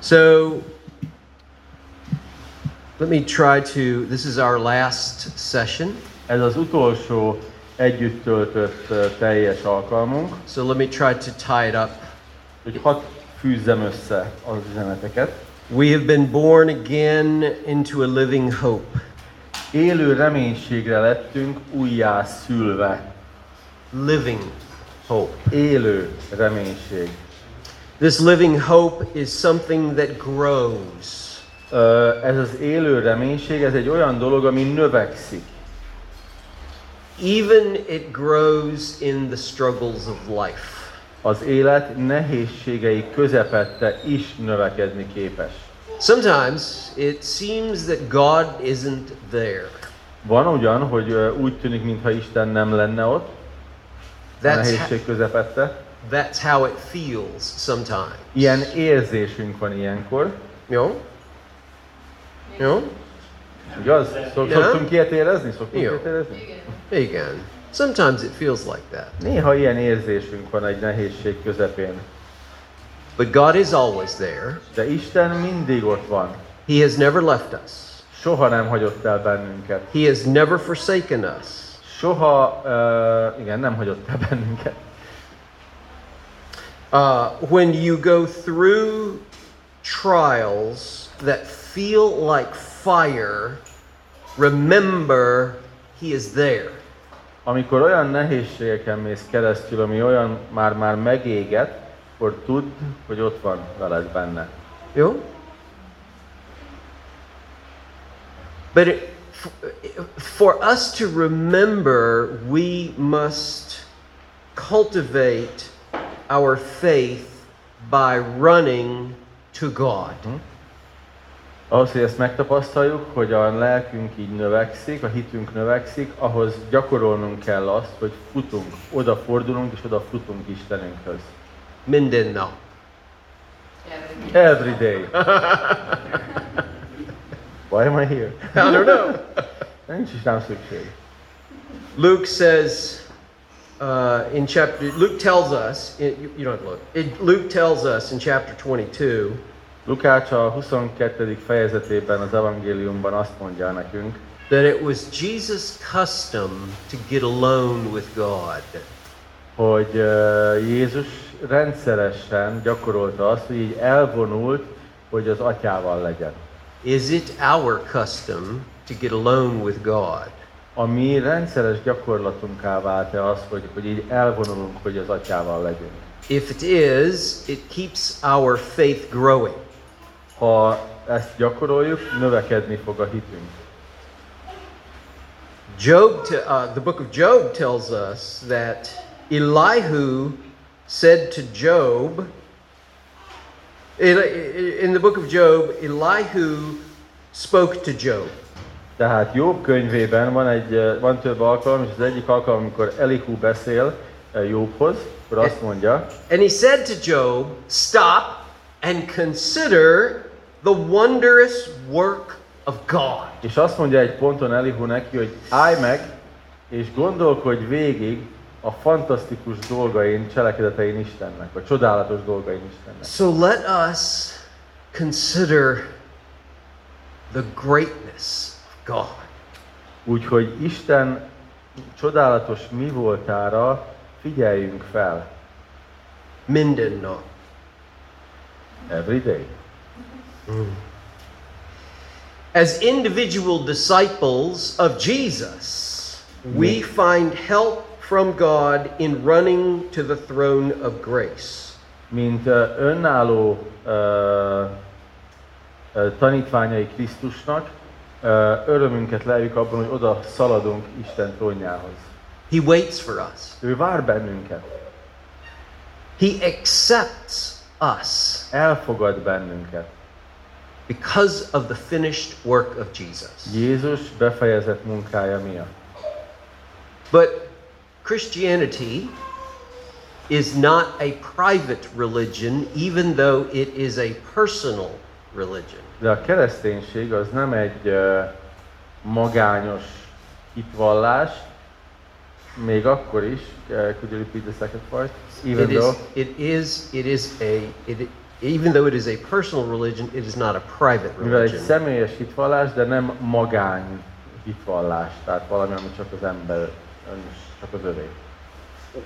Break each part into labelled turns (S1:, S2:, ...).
S1: So let me try to. This is our last session.
S2: Ez az utolsó együtt töltött ö, teljes alkalmunk,
S1: So let me try to tie it up.
S2: hogy hadd fűzzem össze az üzeneteket.
S1: We have been born again into a living hope.
S2: Élő reménységre lettünk újjá szülve.
S1: Living hope.
S2: Élő reménység.
S1: This living hope is something that grows.
S2: Ö, Ez az élő reménység, ez egy olyan dolog, ami növekszik.
S1: Even it grows in the struggles of life.
S2: Az élet nehézségei közepette is növekedni képes.
S1: Sometimes it seems that God isn't there.
S2: Van ugyan, hogy ö, úgy tűnik, mintha Isten nem lenne ott, a
S1: That's, ho-
S2: nehézség közepette.
S1: that's how it feels sometimes.
S2: Ilyen érzésünk van ilyenkor,
S1: Jó? Jó?
S2: igaz? Szok,
S1: Igen.
S2: szoktunk ilyet érezni? Szoktunk
S1: Jó.
S2: ilyet érezni?
S1: Igen. Sometimes it feels like that.
S2: Néha ilyen érzésünk van egy nehézség közepén.
S1: But God is always there.
S2: De Isten mindig ott van.
S1: He has never left us.
S2: Soha nem hagyott el bennünket.
S1: He has never forsaken us.
S2: Soha, uh, igen, nem hagyott el bennünket.
S1: Uh, when you go through trials that feel like fire, remember He is there.
S2: Amikor olyan nehézségeken mész keresztül, ami olyan már-már megéget, akkor tudd, hogy ott van veled benne.
S1: Jó? But it, f- for us to remember, we must cultivate our faith by running to God.
S2: Ahhoz, hogy ezt megtapasztaljuk, hogy a lelkünk így növekszik, a hitünk növekszik, ahhoz gyakorolnunk kell azt, hogy futunk, odafordulunk és odafutunk Istenünkhöz.
S1: Minden nap.
S2: Every day. Why am I here?
S1: I don't know.
S2: Nincs is rám szükség.
S1: Luke says uh, in chapter, Luke tells us, it, you, you don't have to look, it, Luke tells us in chapter 22
S2: Lukács a 22. fejezetében az evangéliumban azt mondja nekünk,
S1: that it was Jesus' custom to get alone with God.
S2: hogy ö, Jézus rendszeresen gyakorolta azt, hogy így elvonult, hogy az atyával legyen.
S1: Is it our custom to get alone with God?
S2: A mi rendszeres gyakorlatunká vált-e az, hogy, hogy így elvonulunk, hogy az atyával legyünk?
S1: If it is, it keeps our faith growing.
S2: Ha ezt gyakoroljuk, növekedni fog a hitünk.
S1: Job, t- uh, the book of Job tells us that Elihu said to Job, in, in the book of Job, Elihu spoke to Job.
S2: Tehát Jobb könyvében van, egy, ö, van több alkalom, és az egyik alkalom, amikor Elihu beszél ö, Jobbhoz, akkor azt mondja,
S1: And he said to Job, Stop and consider the wondrous work of God.
S2: és azt mondja egy ponton Elihu neki, hogy állj meg, és gondolkodj végig a fantasztikus dolgain, cselekedetein Istennek, a csodálatos dolgain Istennek.
S1: So let us consider the greatness of God.
S2: Úgyhogy Isten csodálatos mi voltára figyeljünk fel.
S1: Minden nap.
S2: Every day.
S1: As individual disciples of Jesus, we find help from God in running to the throne of grace.
S2: Mint ö, önálló ö, ö, tanítványai Krisztusnak, ö, örömünket lejük abban, hogy oda szaladunk Isten trónjához.
S1: He waits for us,
S2: Ő vár bennünket,
S1: He accepts us
S2: elfogad bennünket.
S1: because of the finished work of Jesus.
S2: Jézus befejezett munkája miatt.
S1: But Christianity is not a private religion, even though it is a personal religion.
S2: De a kereszténység az nem egy ö, magányos hitvallás, még akkor is, uh, could you repeat the second part? Even
S1: It is,
S2: though,
S1: it is, it is a, it, even though it is a personal religion, it is not a private
S2: Mivel egy
S1: religion.
S2: személyes hitvallás, de nem magány hitvallás, tehát valami, ami csak az ember, csak az övé.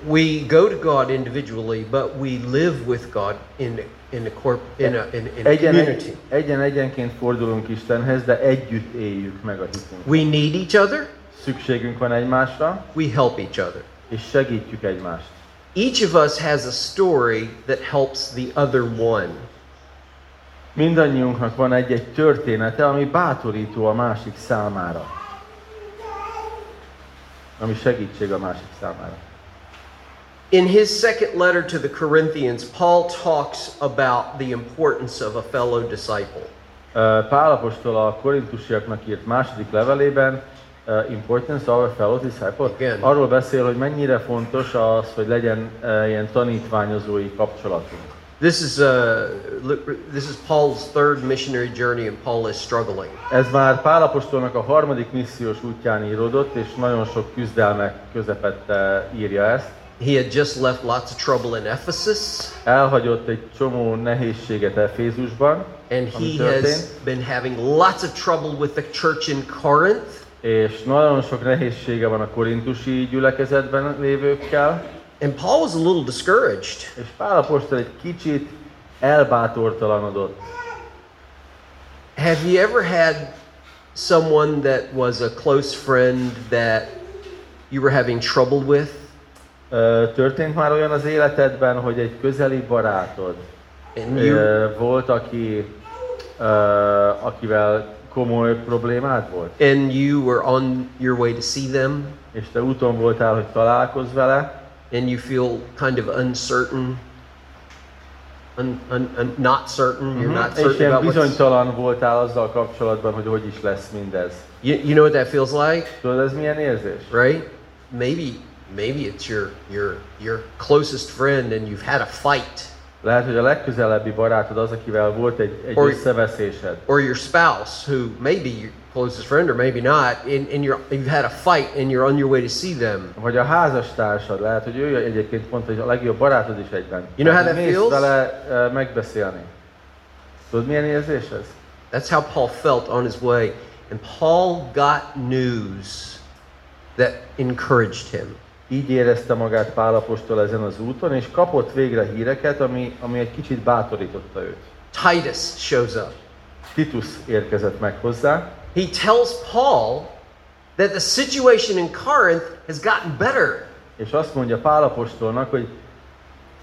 S1: We go to God individually, but we live with God in in a corp in a in, in a
S2: Egyen,
S1: community.
S2: egyen egyenként fordulunk Istenhez, de együtt éljük meg a hitünk.
S1: We need each other.
S2: Szükségünk van egymásra,
S1: We help each other.
S2: és segítjük egymást.
S1: Each of us has a story that helps the other one.
S2: Mindannyiunknak van egy-egy története, ami bátorító a másik számára. Ami segítség a másik számára.
S1: In his second letter to the Corinthians, Paul talks about the importance of a fellow disciple.
S2: Ö, Pálapostól a korintusiaknak írt második levelében ö, Importance of a Fellow Disciple.
S1: Igen.
S2: Arról beszél, hogy mennyire fontos az, hogy legyen ö, ilyen tanítványozói kapcsolatunk.
S1: This is uh, Lu- this is Paul's third missionary journey, and Paul is struggling.
S2: Ez már Pálapostolnak a harmadik missziós útján íródott, és nagyon sok küzdelmek közepette írja ezt.
S1: He had just left lots of trouble in Ephesus,
S2: Elhagyott egy csomó nehézséget Efézusban,
S1: and he
S2: Ami történt.
S1: has been having lots of trouble with the church in Corinth.
S2: és nagyon sok nehézsége van a korintusi gyülekezetben lévőkkel,
S1: And Paul was a little discouraged.
S2: és Pálapostól egy kicsit elbátortalanodott.
S1: Have you ever had someone that was a close friend that you were having trouble with?
S2: Ö, Történt már olyan az életedben, hogy egy közeli barátod
S1: And you,
S2: ö, volt, aki, ö, akivel komoly problémád volt?
S1: and you were on your way to see them
S2: és te úton voltál, hogy találkozz vele,
S1: and you feel kind of uncertain un, un, un, not certain you're not
S2: Mhm. és
S1: certain
S2: ilyen
S1: about what's,
S2: bizonytalan voltál azzal kapcsolatban, hogy hogy is lesz mindez.
S1: you, you know what that feels like
S2: Tudod, ez milyen érzés?
S1: right maybe maybe it's your your your closest friend and you've had a fight
S2: Lehet, hogy a legközelebbi barátod az, akivel volt egy, egy
S1: Or-
S2: összeveszésed.
S1: or your spouse who may be your closest friend or maybe not and, and you're you've had a fight and you're on your way to see them
S2: Vagy a házastársad, lehet, hogy ő egyébként pont hogy a legjobb barátod is egyben.
S1: You know how
S2: Tehát
S1: that
S2: mész
S1: feels?
S2: vele eh, megbeszélni. Tudod, milyen érzés ez?
S1: That's how Paul felt on his way. And Paul got news that encouraged him.
S2: Így érezte magát Pálapostól ezen az úton, és kapott végre híreket, ami, ami egy kicsit bátorította őt.
S1: Titus shows up.
S2: Titus érkezett meg hozzá,
S1: He tells Paul that the situation in Corinth has gotten better.
S2: És azt mondja Pálapostolnak, hogy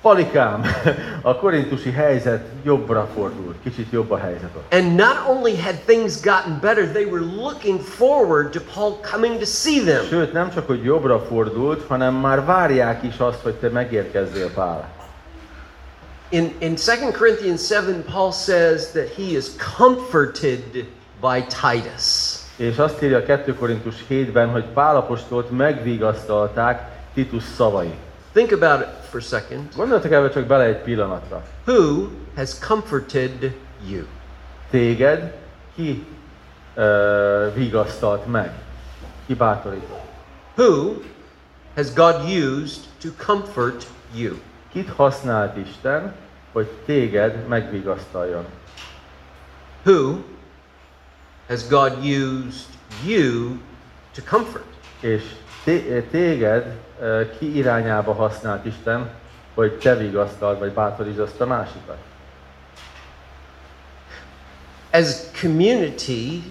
S2: Palikám, a korintusi helyzet jobbra fordult, kicsit jobb a helyzet ott.
S1: And not only had things gotten better, they were looking forward to Paul coming to see them.
S2: Sőt, nem csak, hogy jobbra fordult, hanem már várják is azt, hogy te megérkezzél, Pál.
S1: In, in 2 Corinthians 7, Paul says that he is comforted by Titus.
S2: És azt írja a 2 Korintus 7-ben, hogy Pálapostolt megvigasztalták Titus szavai.
S1: Think about it for a second.
S2: Gondoltak ebbe csak bele egy pillanatra.
S1: Who has comforted you?
S2: Téged ki ö, vigasztalt meg? Ki bátorított?
S1: Who has God used to comfort you?
S2: Kit használt Isten, hogy téged megvigasztaljon?
S1: Who has God used you to comfort?
S2: És té- téged ö, ki irányába használt Isten, hogy te vigasztald, vagy bátorítsd azt a másikat.
S1: As community,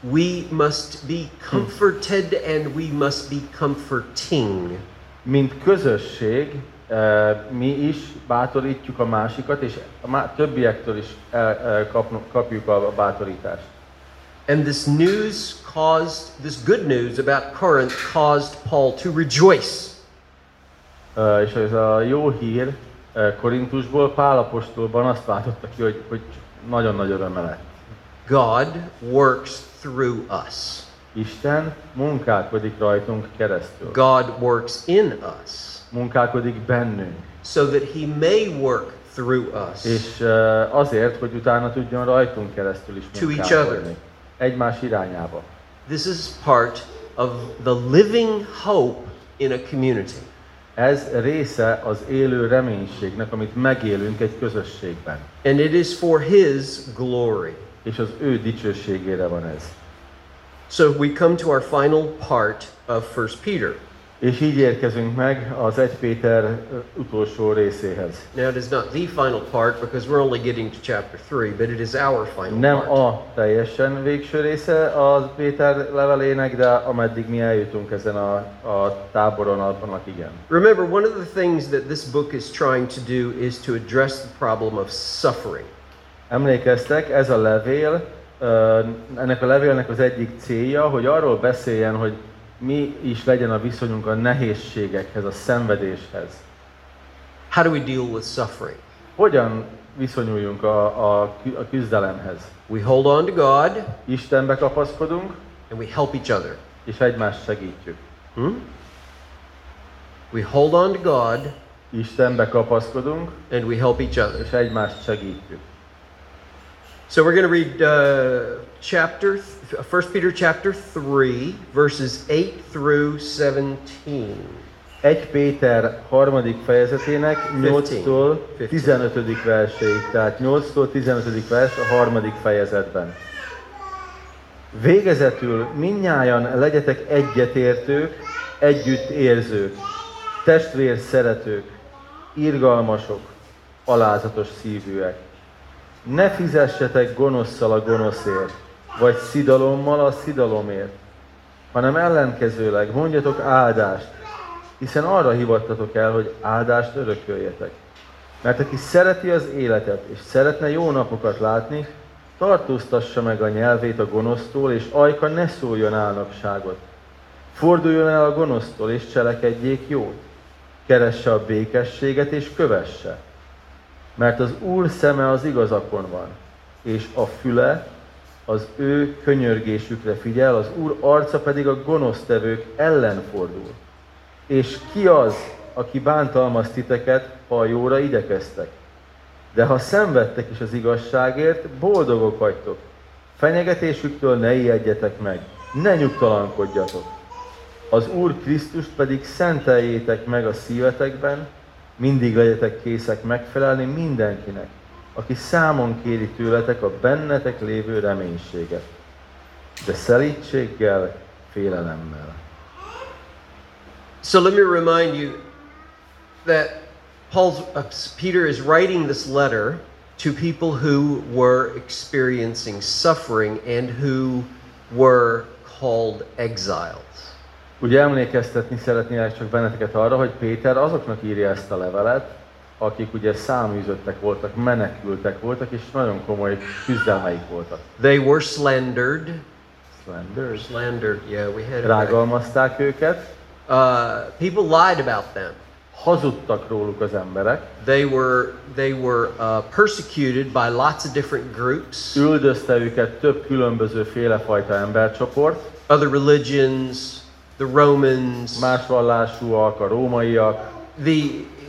S1: we must be comforted and we must be comforting.
S2: Mint közösség, ö, mi is bátorítjuk a másikat, és a má- többiektől is el, ö, kapnu- kapjuk a bátorítást.
S1: And this news caused, this good news about Corinth caused Paul to rejoice.
S2: Ö, Eh, És ez a jó hír ö, Korintusból, Pálapostolban azt váltotta ki, hogy, hogy nagyon nagy öröme lett.
S1: God works through us,
S2: Isten munkálkodik rajtunk keresztül.
S1: God works in us.
S2: Munkálkodik bennünk.
S1: so that he may work through us.
S2: És ö, azért, hogy utána tudjon rajtunk keresztül is
S1: To each other.
S2: munkálkodni. Egymás irányába.
S1: This is part of the living hope in a community.
S2: Ez része az élő reménységnek, amit megélünk egy közösségben.
S1: and it is for His glory.
S2: És az ő dicsőségére van ez.
S1: So we come to our final part of First Peter.
S2: És így érkezünk meg az 1 Péter ö, utolsó részéhez.
S1: Now, it is not the final part because we're only getting to chapter 3, but it is our final
S2: Nem
S1: part.
S2: a teljesen végső része az Péter levelének, de ameddig mi eljutunk ezen a, a táboron, annak igen.
S1: Remember, one of the things that this book is trying to do is to address the problem of suffering.
S2: Emlékeztek, ez a levél, ö, ennek a levélnek az egyik célja, hogy arról beszéljen, hogy mi is legyen a viszonyunk a nehézségekhez, a szenvedéshez.
S1: How do we deal with suffering?
S2: Hogyan viszonyuljunk a, a, kü- a küzdelemhez?
S1: We hold on to God
S2: Istenbe kapaszkodunk,
S1: and we help each other.
S2: és egymást segítjük.
S1: Hmm? We hold on to God
S2: Istenbe kapaszkodunk,
S1: and we help each other.
S2: és egymást segítjük.
S1: So we're going to read uh, chapter th- 1 Peter chapter 3 verses 8 through 17.
S2: 1 Péter harmadik fejezetének 8-tól 15. verséig, tehát 8-tól 15. vers a harmadik fejezetben. Végezetül minnyájan legyetek egyetértők, együttérzők, testvér szeretők, irgalmasok, alázatos szívűek. Ne fizessetek gonoszszal a gonoszért, vagy szidalommal a szidalomért, hanem ellenkezőleg mondjatok áldást, hiszen arra hivattatok el, hogy áldást örököljetek. Mert aki szereti az életet, és szeretne jó napokat látni, tartóztassa meg a nyelvét a gonosztól, és ajka ne szóljon álnokságot. Forduljon el a gonosztól, és cselekedjék jót. Keresse a békességet, és kövesse. Mert az Úr szeme az igazakon van, és a füle az ő könyörgésükre figyel, az Úr arca pedig a gonosztevők ellen fordul. És ki az, aki bántalmaz titeket, ha a jóra idekeztek? De ha szenvedtek is az igazságért, boldogok vagytok. Fenyegetésüktől ne ijedjetek meg, ne nyugtalankodjatok. Az Úr Krisztust pedig szenteljétek meg a szívetekben, mindig legyetek készek megfelelni mindenkinek, aki számon kéri tőletek a bennetek lévő reménységet, de szelítséggel, félelemmel.
S1: So let me remind you that Paul's uh, Peter is writing this letter to people who were experiencing suffering and who were called exiles.
S2: Ugye emlékeztetni szeretnélek csak benneteket arra, hogy Péter azoknak írja ezt a levelet, akik ugye száműzöttek voltak, menekültek voltak, és nagyon komoly küzdelmeik voltak.
S1: They were slandered.
S2: Slender.
S1: Slandered, yeah, we had it right.
S2: Rágalmazták őket,
S1: uh, people lied about them.
S2: hazudtak róluk az emberek,
S1: They were they were uh, persecuted by lots of different groups,
S2: üldözte őket több különböző félefajta embercsoport,
S1: other religions, the Romans.
S2: más vallásúak, a rómaiak,
S1: the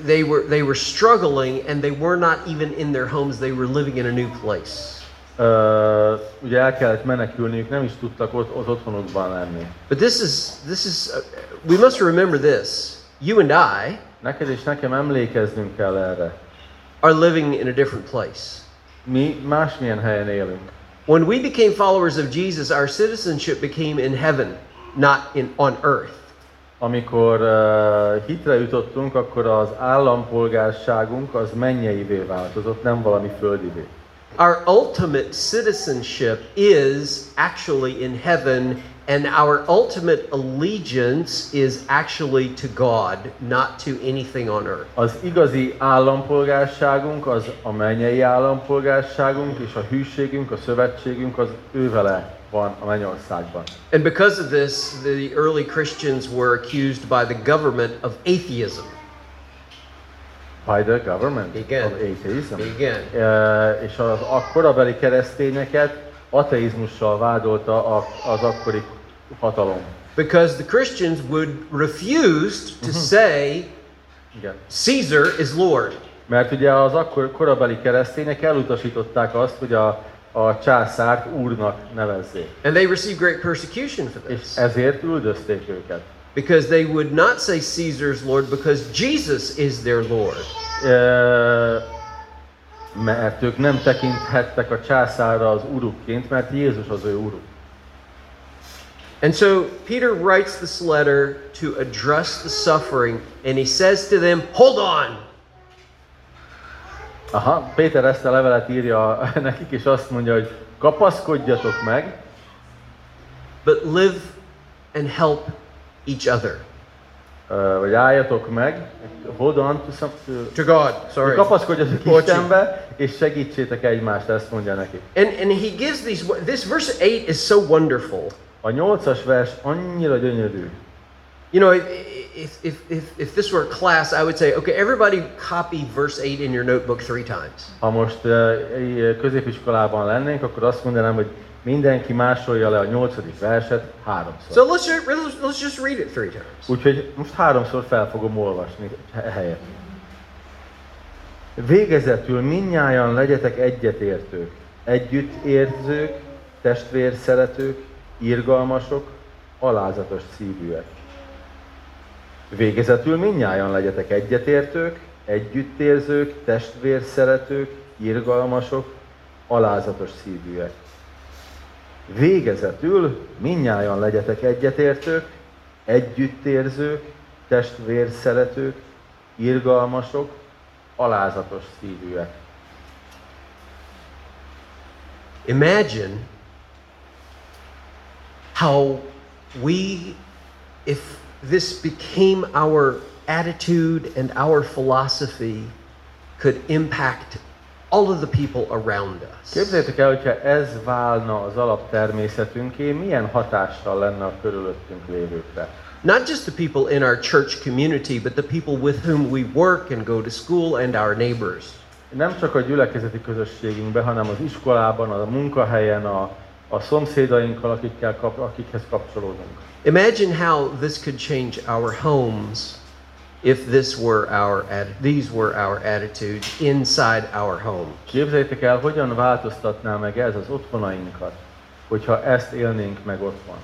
S1: they were they were struggling and they were not even in their homes. They were living in a new place.
S2: Ö, ugye el kellett menekülniük, nem is tudtak ott, az otthonukban lenni.
S1: But this is this is uh, we must remember this. You and I
S2: Neked és nekem emlékeznünk kell erre.
S1: are living in a different place.
S2: Mi másmilyen helyen élünk.
S1: When we became followers of Jesus, our citizenship became in heaven, not in on earth.
S2: Amikor uh, hitre jutottunk, akkor az állampolgárságunk az mennyeivé változott, nem valami földivé.
S1: Our ultimate citizenship is actually in heaven, and our ultimate allegiance is actually to God, not to anything on earth.
S2: Az igazi állampolgárságunk, az a mennyei állampolgárságunk, és a hűségünk, a szövetségünk az ővele van a mennyországban.
S1: And because of this, the early Christians were accused by the government of atheism.
S2: By the government
S1: Igen.
S2: of atheism.
S1: Igen.
S2: E, és az akkorabeli keresztényeket ateizmussal vádolta a- az akkori hatalom.
S1: Because the Christians would refuse to say
S2: Igen.
S1: Caesar is Lord.
S2: Mert ugye az akkor korabeli keresztények elutasították azt, hogy a, a császárt úrnak nevezzék.
S1: And they received great persecution for
S2: És
S1: this.
S2: ezért üldözték őket.
S1: because they would not say Caesar's Lord because Jesus is their Lord.
S2: Ö, Mert ők nem tekinthettek a császára az urukként, mert Jézus az ő uruk.
S1: And so Peter writes this letter to address the suffering, and he says to them, Hold on!
S2: Aha, Péter ezt a levelet írja nekik, és azt mondja, hogy kapaszkodjatok meg,
S1: but live and help each other.
S2: ö, vagy álljatok meg, hold on to something,
S1: To God, sorry.
S2: kapaszkodjatok
S1: Bocsi.
S2: Istenbe, és segítsétek egymást, ezt mondja nekik.
S1: And, and he gives these, this verse 8 is so wonderful.
S2: A nyolcas vers annyira gyönyörű.
S1: You know, if, if, if, if this were a class, I would say, okay, everybody copy verse 8 in your notebook three times.
S2: Ha most ö, i- középiskolában lennénk, akkor azt mondanám, hogy mindenki másolja le a nyolcadik verset háromszor.
S1: So let's just, let's- let's just read it three times.
S2: Úgyhogy most háromszor fel fogom olvasni he- helyett. Végezetül minnyáján legyetek egyetértők, együttérzők, testvérszeretők, irgalmasok, alázatos szívűek. Végezetül minnyáján legyetek egyetértők, együttérzők, testvérszeretők, irgalmasok, alázatos szívűek. Végezetül minnyáján legyetek egyetértők, együttérzők, testvérszeretők, irgalmasok, alázatos szívűek.
S1: Imagine how we, if this became our attitude and our philosophy, could impact all of the people around us.
S2: Képzeljétek el, hogyha ez válna az alaptermészetünké, milyen hatással lenne a körülöttünk lévőkre.
S1: Not just the people in our church community, but the people with whom we work and go to school and our neighbors.
S2: Nem csak a gyülekezeti közösségünkben, hanem az iskolában, a munkahelyen, a, a szomszédainkkal, akikkel kap, akikhez kapcsolódunk.
S1: Imagine how this could change our homes if this were our atti- these were our attitudes inside our home.
S2: Képzeljétek el, hogyan változtatná meg ez az otthonainkat, hogyha ezt élnénk meg otthon.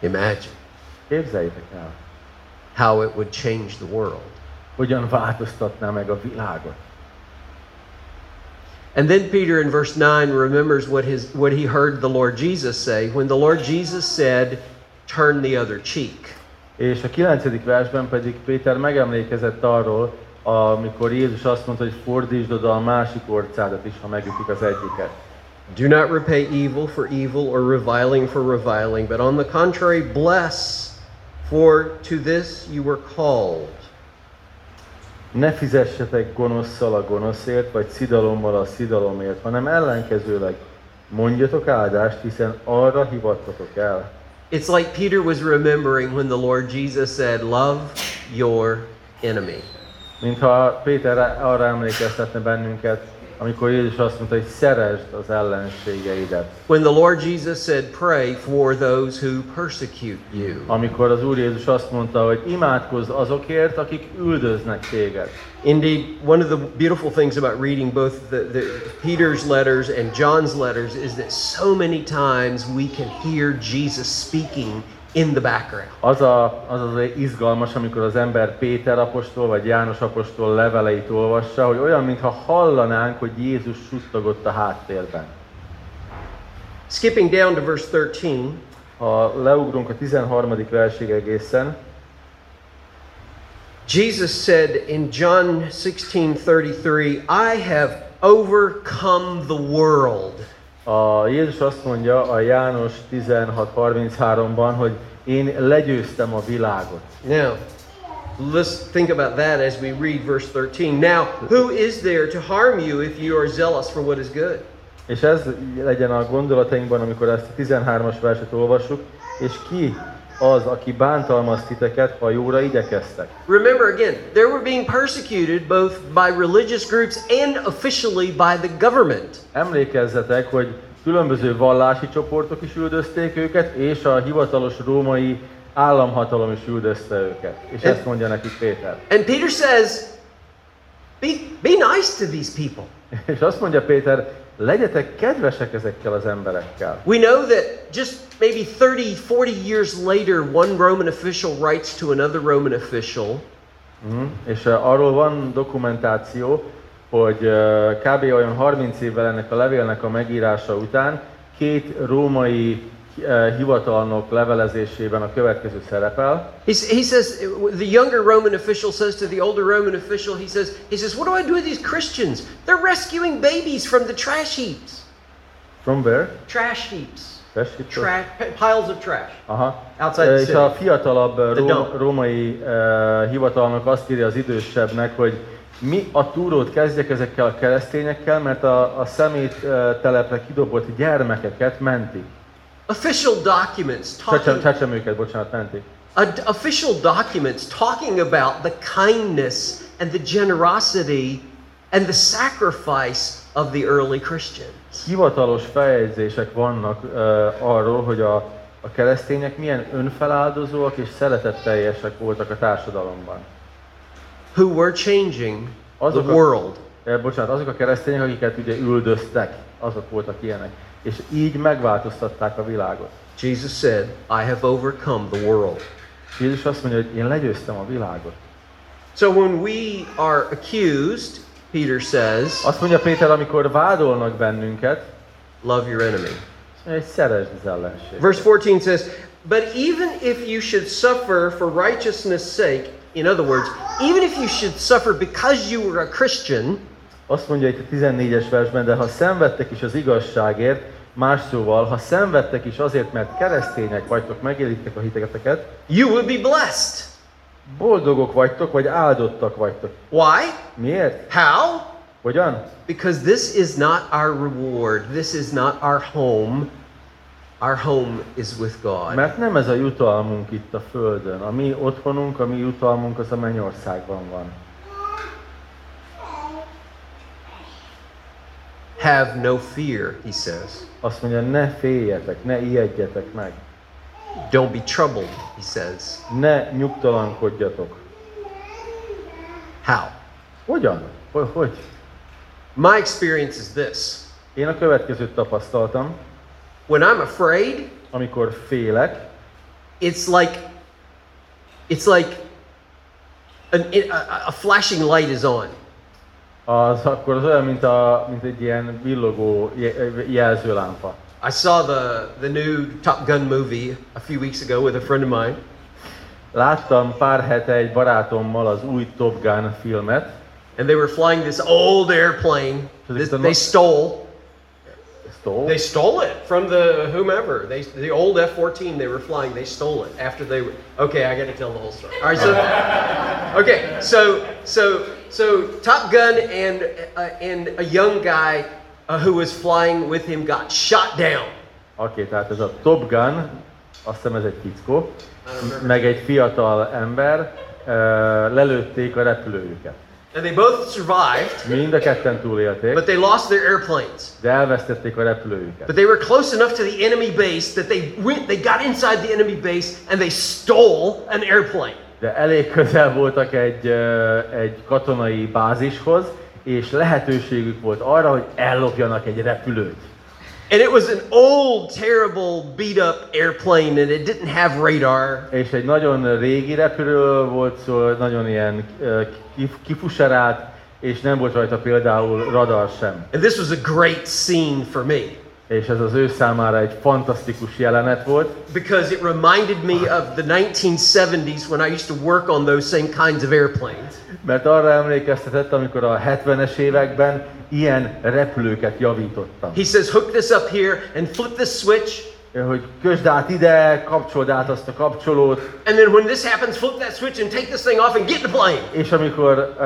S1: Imagine
S2: Képzeljétek el,
S1: how it would change the world.
S2: hogyan változtatná meg a világot.
S1: And then Peter in verse 9 remembers what his what he heard the Lord Jesus say when the Lord Jesus said, "Turn the other cheek."
S2: És a 9. versben pedig Péter megemlékezett arról, amikor Jézus azt mondta, hogy fordítsd oda a másik orcádat is, ha megütik az egyiket.
S1: Do not repay evil for evil or reviling for reviling, but on the contrary, bless, for to this you were called.
S2: Ne fizessetek gonoszszal a gonoszért, vagy szidalommal a szidalomért, hanem ellenkezőleg mondjatok áldást, hiszen arra hivattatok el.
S1: It's like Peter was remembering when the Lord Jesus said, Love your enemy.
S2: Mintha Péter arra emlékeztetne bennünket, amikor Jézus azt mondta, hogy szeresd az ellenségeidet.
S1: When the Lord Jesus said, Pray for those who persecute you.
S2: Amikor az Úr Jézus azt mondta, hogy imádkozz azokért, akik üldöznek téged.
S1: Indeed, one of the beautiful things about reading both the, the Peter's letters and John's letters is that so many times we can hear Jesus speaking in the background.
S2: Az, a, az az izgalmas, amikor az ember Péter apostol vagy János apostol leveleit olvassa, hogy olyan, mintha hallanánk, hogy Jézus suttogott a háttérben.
S1: Skipping down to verse 13,
S2: Ha leugrunk a 13. versig egészen,
S1: Jesus said in John 16:33, "I have overcome the world."
S2: a Jézus azt mondja a János 16.33-ban, hogy én legyőztem a világot.
S1: Now, let's think about that as we read verse 13. Now, who is there to harm you if you are zealous for what is good?
S2: És ez legyen a gondolatainkban, amikor ezt a 13-as verset olvassuk, és ki az, aki bántalmaz titeket, ha jóra igyekeztek.
S1: Remember again, they were being persecuted both by religious groups and officially by the government.
S2: Emlékezzetek, hogy különböző vallási csoportok is üldözték őket, és a hivatalos római államhatalom is üldözte őket. És ezt mondja nekik Péter.
S1: And Peter says, "Be be nice to these people."
S2: És azt mondja Péter, Legyetek kedvesek ezekkel az emberekkel.
S1: We know that just maybe 30, 40 years later, one Roman official writes to another Roman official
S2: Mhm. És eh, arról van dokumentáció, hogy eh, kb. olyan 30 évvel ennek a levélnek a megírása után két római eh, hivatalnok levelezésében a következő szerepel.
S1: He's, he says, the younger Roman official says to the older Roman official, he says, he says, what do I do with these Christians? They're rescuing babies from the trash heaps.
S2: From where?
S1: Trash heaps.
S2: Tessék, ott?
S1: Trash, piles of trash.
S2: Aha.
S1: Outside
S2: Ö,
S1: the
S2: És
S1: city.
S2: a fiatalabb ö,
S1: The
S2: ró-
S1: dump.
S2: római uh, hivatalnok azt írja az idősebbnek, hogy mi a túrót kezdjek ezekkel a keresztényekkel, mert a, a szemét uh, telepre kidobott gyermekeket mentik.
S1: Official documents
S2: Csecsemőket,
S1: talking,
S2: csecsemőket, bocsánat, mentik.
S1: ad- official documents talking about the kindness and the generosity and the sacrifice of the early Christians.
S2: Hivatalos feljegyzések vannak uh, arról, hogy a, a keresztények milyen önfeláldozóak és szeretetteljesek voltak a társadalomban.
S1: who were changing the
S2: Azok a-
S1: world.
S2: Eh, Bocsánat, azok a keresztények, akiket ugye üldöztek, azok voltak ilyenek. És így megváltoztatták a világot.
S1: Jesus said, I have overcome the world.
S2: Jézus azt mondja, hogy én legyőztem a világot.
S1: So when we are accused, Peter says,
S2: Azt mondja Péter, amikor vádolnak bennünket,
S1: love your enemy.
S2: azt mondja, hogy szeresd az ellenséget.
S1: Verse 14 says, But even if you should suffer for righteousness' sake, in other words, even if you should suffer because you were a Christian,
S2: Azt mondja itt a 14-es versben, de ha szenvedtek is az igazságért, más szóval, ha szenvedtek is azért, mert keresztények vagytok, megélitek a hiteteket,
S1: you will be blessed.
S2: boldogok vagytok, vagy áldottak vagytok.
S1: Why?
S2: Miért?
S1: How?
S2: Hogyan?
S1: Because this is not our reward. This is not our home. Our home is with God.
S2: Mert nem ez a jutalmunk itt a Földön. A mi otthonunk, a mi jutalmunk az a mennyországban van.
S1: Have no fear, he says.
S2: Azt mondja, ne féljetek, ne ijedjetek meg,
S1: Don't be troubled, he says.
S2: ne nyugtalankodjatok.
S1: How?
S2: Hogyan? Hogy? hogy?
S1: My experience is this
S2: Én a következőt tapasztaltam,
S1: when I'm afraid,
S2: amikor félek,
S1: it's like it's like an, it, a, a flashing light is on.
S2: az akkor az olyan, mint, a, mint egy ilyen villogó je- jelzőlámpa.
S1: I saw the the new Top Gun movie a few weeks ago with a friend of mine,
S2: Láttam pár hete egy barátommal az új Top Gun filmet,
S1: and they were flying this old airplane.
S2: So
S1: This,
S2: it's the
S1: they
S2: mo-
S1: stole
S2: Stop.
S1: they stole it from the whomever. They the old F-14 they were flying. They stole it after they were. Okay, I got to tell the whole story. All right, so okay, so so so Top Gun and uh, and a young guy uh, who was flying with him got shot down.
S2: Oké, tehát ez a Top Gun, azt hiszem ez egy fickó, meg egy fiatal ember, ö, lelőtték a repülőjüket.
S1: And they both survived,
S2: Mind a ketten túlélték,
S1: but they lost their airplanes.
S2: de elvesztették a repülőjüket.
S1: But they were close enough to the enemy base that they went. They got inside the enemy base and they stole an airplane.
S2: De elég közel voltak egy, ö, egy katonai bázishoz, és lehetőségük volt arra, hogy ellopjanak egy repülőt.
S1: And it was an old, terrible, beat up airplane, and it didn't have radar.
S2: És egy nagyon régi repülőről volt szó, nagyon ilyen ö, kif- kifuserált, és nem volt rajta például radar sem.
S1: And this was a great scene for me
S2: És ez az ő számára egy fantasztikus jelenet volt,
S1: because it reminded me of the 1970s when I used to work on those same kinds of airplanes.
S2: mert arra emlékeztetett, amikor a 70-es években ilyen repülőket javítottam.
S1: He says, hook this up here and flip this switch.
S2: Hogy kösd át ide, kapcsold át azt a kapcsolót,
S1: And then when this happens, flip that switch and take this thing off and get in the plane.
S2: És amikor ö,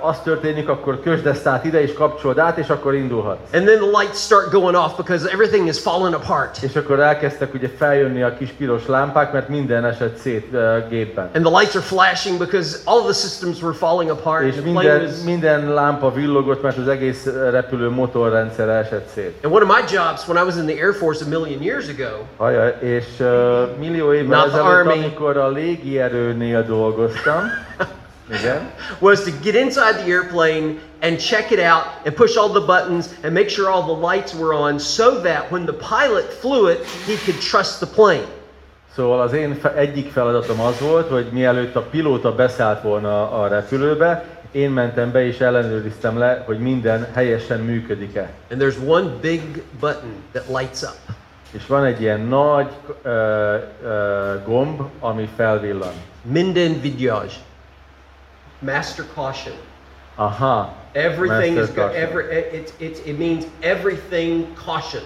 S2: az történik, akkor kösd ezt át ide, és kapcsold át, és akkor indulhat.
S1: And then the lights start going off because everything is falling apart.
S2: És akkor elkezdtek ugye feljönni a kis piros lámpák, mert minden esett szét ö, gépben.
S1: And the lights are flashing because all the systems were falling apart.
S2: És
S1: And, the plane
S2: minden,
S1: was...
S2: minden lámpa villogott, mert az egész repülő motorrendszere esett szét.
S1: and one of my jobs when I was in the Air Force a million years ago,
S2: Ajaj, és ö, millió évvel
S1: Not the
S2: ezelőtt,
S1: army.
S2: amikor a légierőnél dolgoztam, Igen.
S1: was to get inside the airplane and check it out and push all the buttons and make sure all the lights were on so that when the pilot flew it, he could trust the plane.
S2: Szóval az én fe- egyik feladatom az volt, hogy mielőtt a pilóta beszállt volna a repülőbe, én mentem be és ellenőriztem le, hogy minden helyesen működik-e.
S1: And there's one big button that lights up.
S2: És van egy ilyen nagy ö, ö, gomb, ami felvillan.
S1: Minden vidyaj. Master caution.
S2: Aha.
S1: Everything
S2: Master
S1: is good.
S2: caution.
S1: Every, it, it, it means everything caution.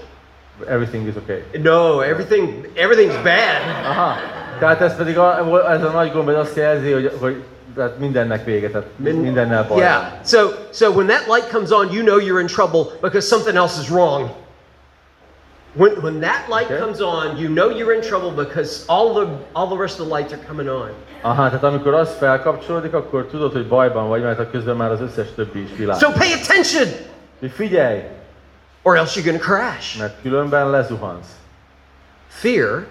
S2: Everything is okay.
S1: No, everything everything's bad.
S2: Aha. Tehát ez pedig a, ez a nagy gomb ez azt jelzi, hogy, hogy tehát mindennek vége, tehát
S1: Min-
S2: mindennel baj. van.
S1: Yeah. So so when that light comes on, you know you're in trouble because something else is wrong. When when that light
S2: Okay.
S1: comes on, you know you're in trouble because all the all the rest of the lights are coming on.
S2: Aha, tehát amikor az felkapcsolódik, akkor tudod, hogy bajban vagy, mert a közben már az összes többi is világ.
S1: So pay attention
S2: Hogy figyelj,
S1: or else you're going to crash.
S2: mert különben lezuhansz.
S1: Fear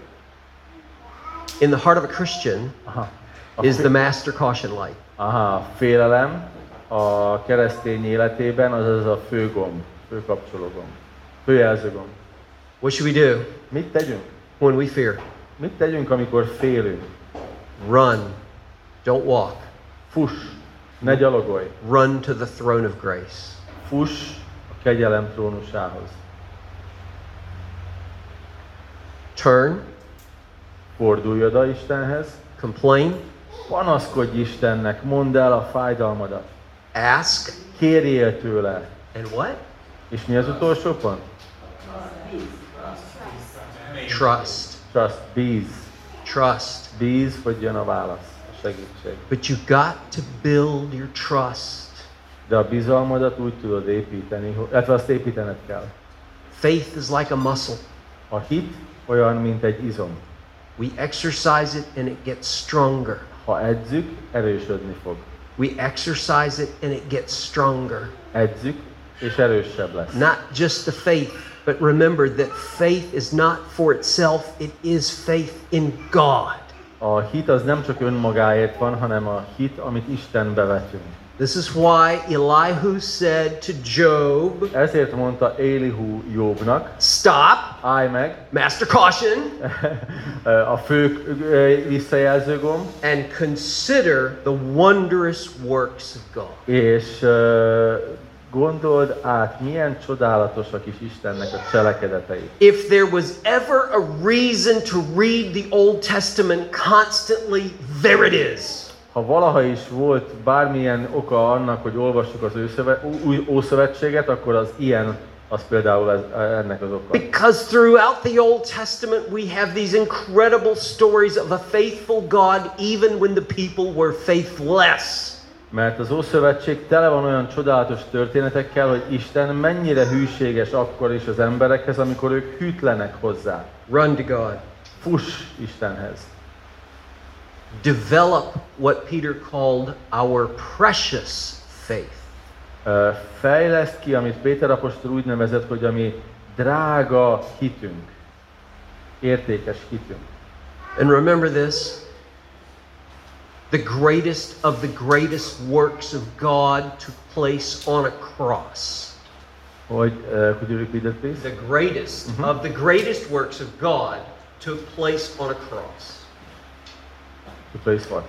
S1: in the heart of a Christian
S2: Aha. A,
S1: is
S2: fi-
S1: the master caution light.
S2: aha, a félelem a keresztény életében az az a fő gomb, fő kapcsológomb, fő jelzőgomb.
S1: What should we do
S2: Mit tegyünk?
S1: when we fear?
S2: Mit tegyünk, amikor félünk?
S1: Run. Don't walk.
S2: Fuss, ne gyalogolj.
S1: Run to the throne of grace.
S2: Fuss a kegyelem trónusához.
S1: Turn,
S2: Fordulj oda Istenhez,
S1: complain,
S2: panaszkodj Istennek, mondd el a fájdalmadat.
S1: ask,
S2: Kérjél tőle.
S1: and what?
S2: És mi az utolsó pont?
S1: Trust.
S2: Trust, bíz.
S1: Trust.
S2: Bíz, hogy jön a válasz, a segítség.
S1: But you got to build your trust.
S2: De a bizalmadat úgy tudod építeni, hogy- illetve azt építened kell.
S1: Faith is like a muscle.
S2: A hit olyan, mint egy izom.
S1: We exercise it and it gets stronger.
S2: Ha edzük, erősödni fog.
S1: We exercise it and it gets stronger.
S2: Edzük, és erősebb lesz.
S1: Not just the faith, but remember that faith is not for itself, it is faith in God.
S2: A hit az nem csak önmagáért van, hanem a hit, amit Istenbe vetünk.
S1: This is why Elihu said to Job,
S2: Ezért mondta Élihu Jobbnak,
S1: Stop,
S2: állj meg,
S1: master caution,
S2: a fő ö, visszajelző gomb,
S1: and consider the wondrous works of God.
S2: és ö, gondold át, milyen csodálatosak is Istennek a cselekedetei.
S1: If there was ever a reason to read the Old Testament constantly, there it is.
S2: Ha valaha is volt bármilyen oka annak, hogy olvassuk az őszöve, új ószövetséget, akkor az ilyen, az például ez, ennek az oka.
S1: Because throughout the Old Testament, we have these incredible stories of a faithful God, even when the people were faithless.
S2: Mert az Ószövetség tele van olyan csodálatos történetekkel, hogy Isten mennyire hűséges akkor is az emberekhez, amikor ők hűtlenek hozzá.
S1: Run to God.
S2: Fuss Istenhez.
S1: Develop what Peter called our precious faith.
S2: Ö, Fejleszt ki, amit Péter apostol úgy nevezett, hogy ami drága hitünk. Értékes hitünk.
S1: And remember this the greatest of the greatest works of God took place on a cross.
S2: Hogy, uh, could you repeat that please?
S1: The greatest of the greatest works of God took place on a cross.
S2: The place what?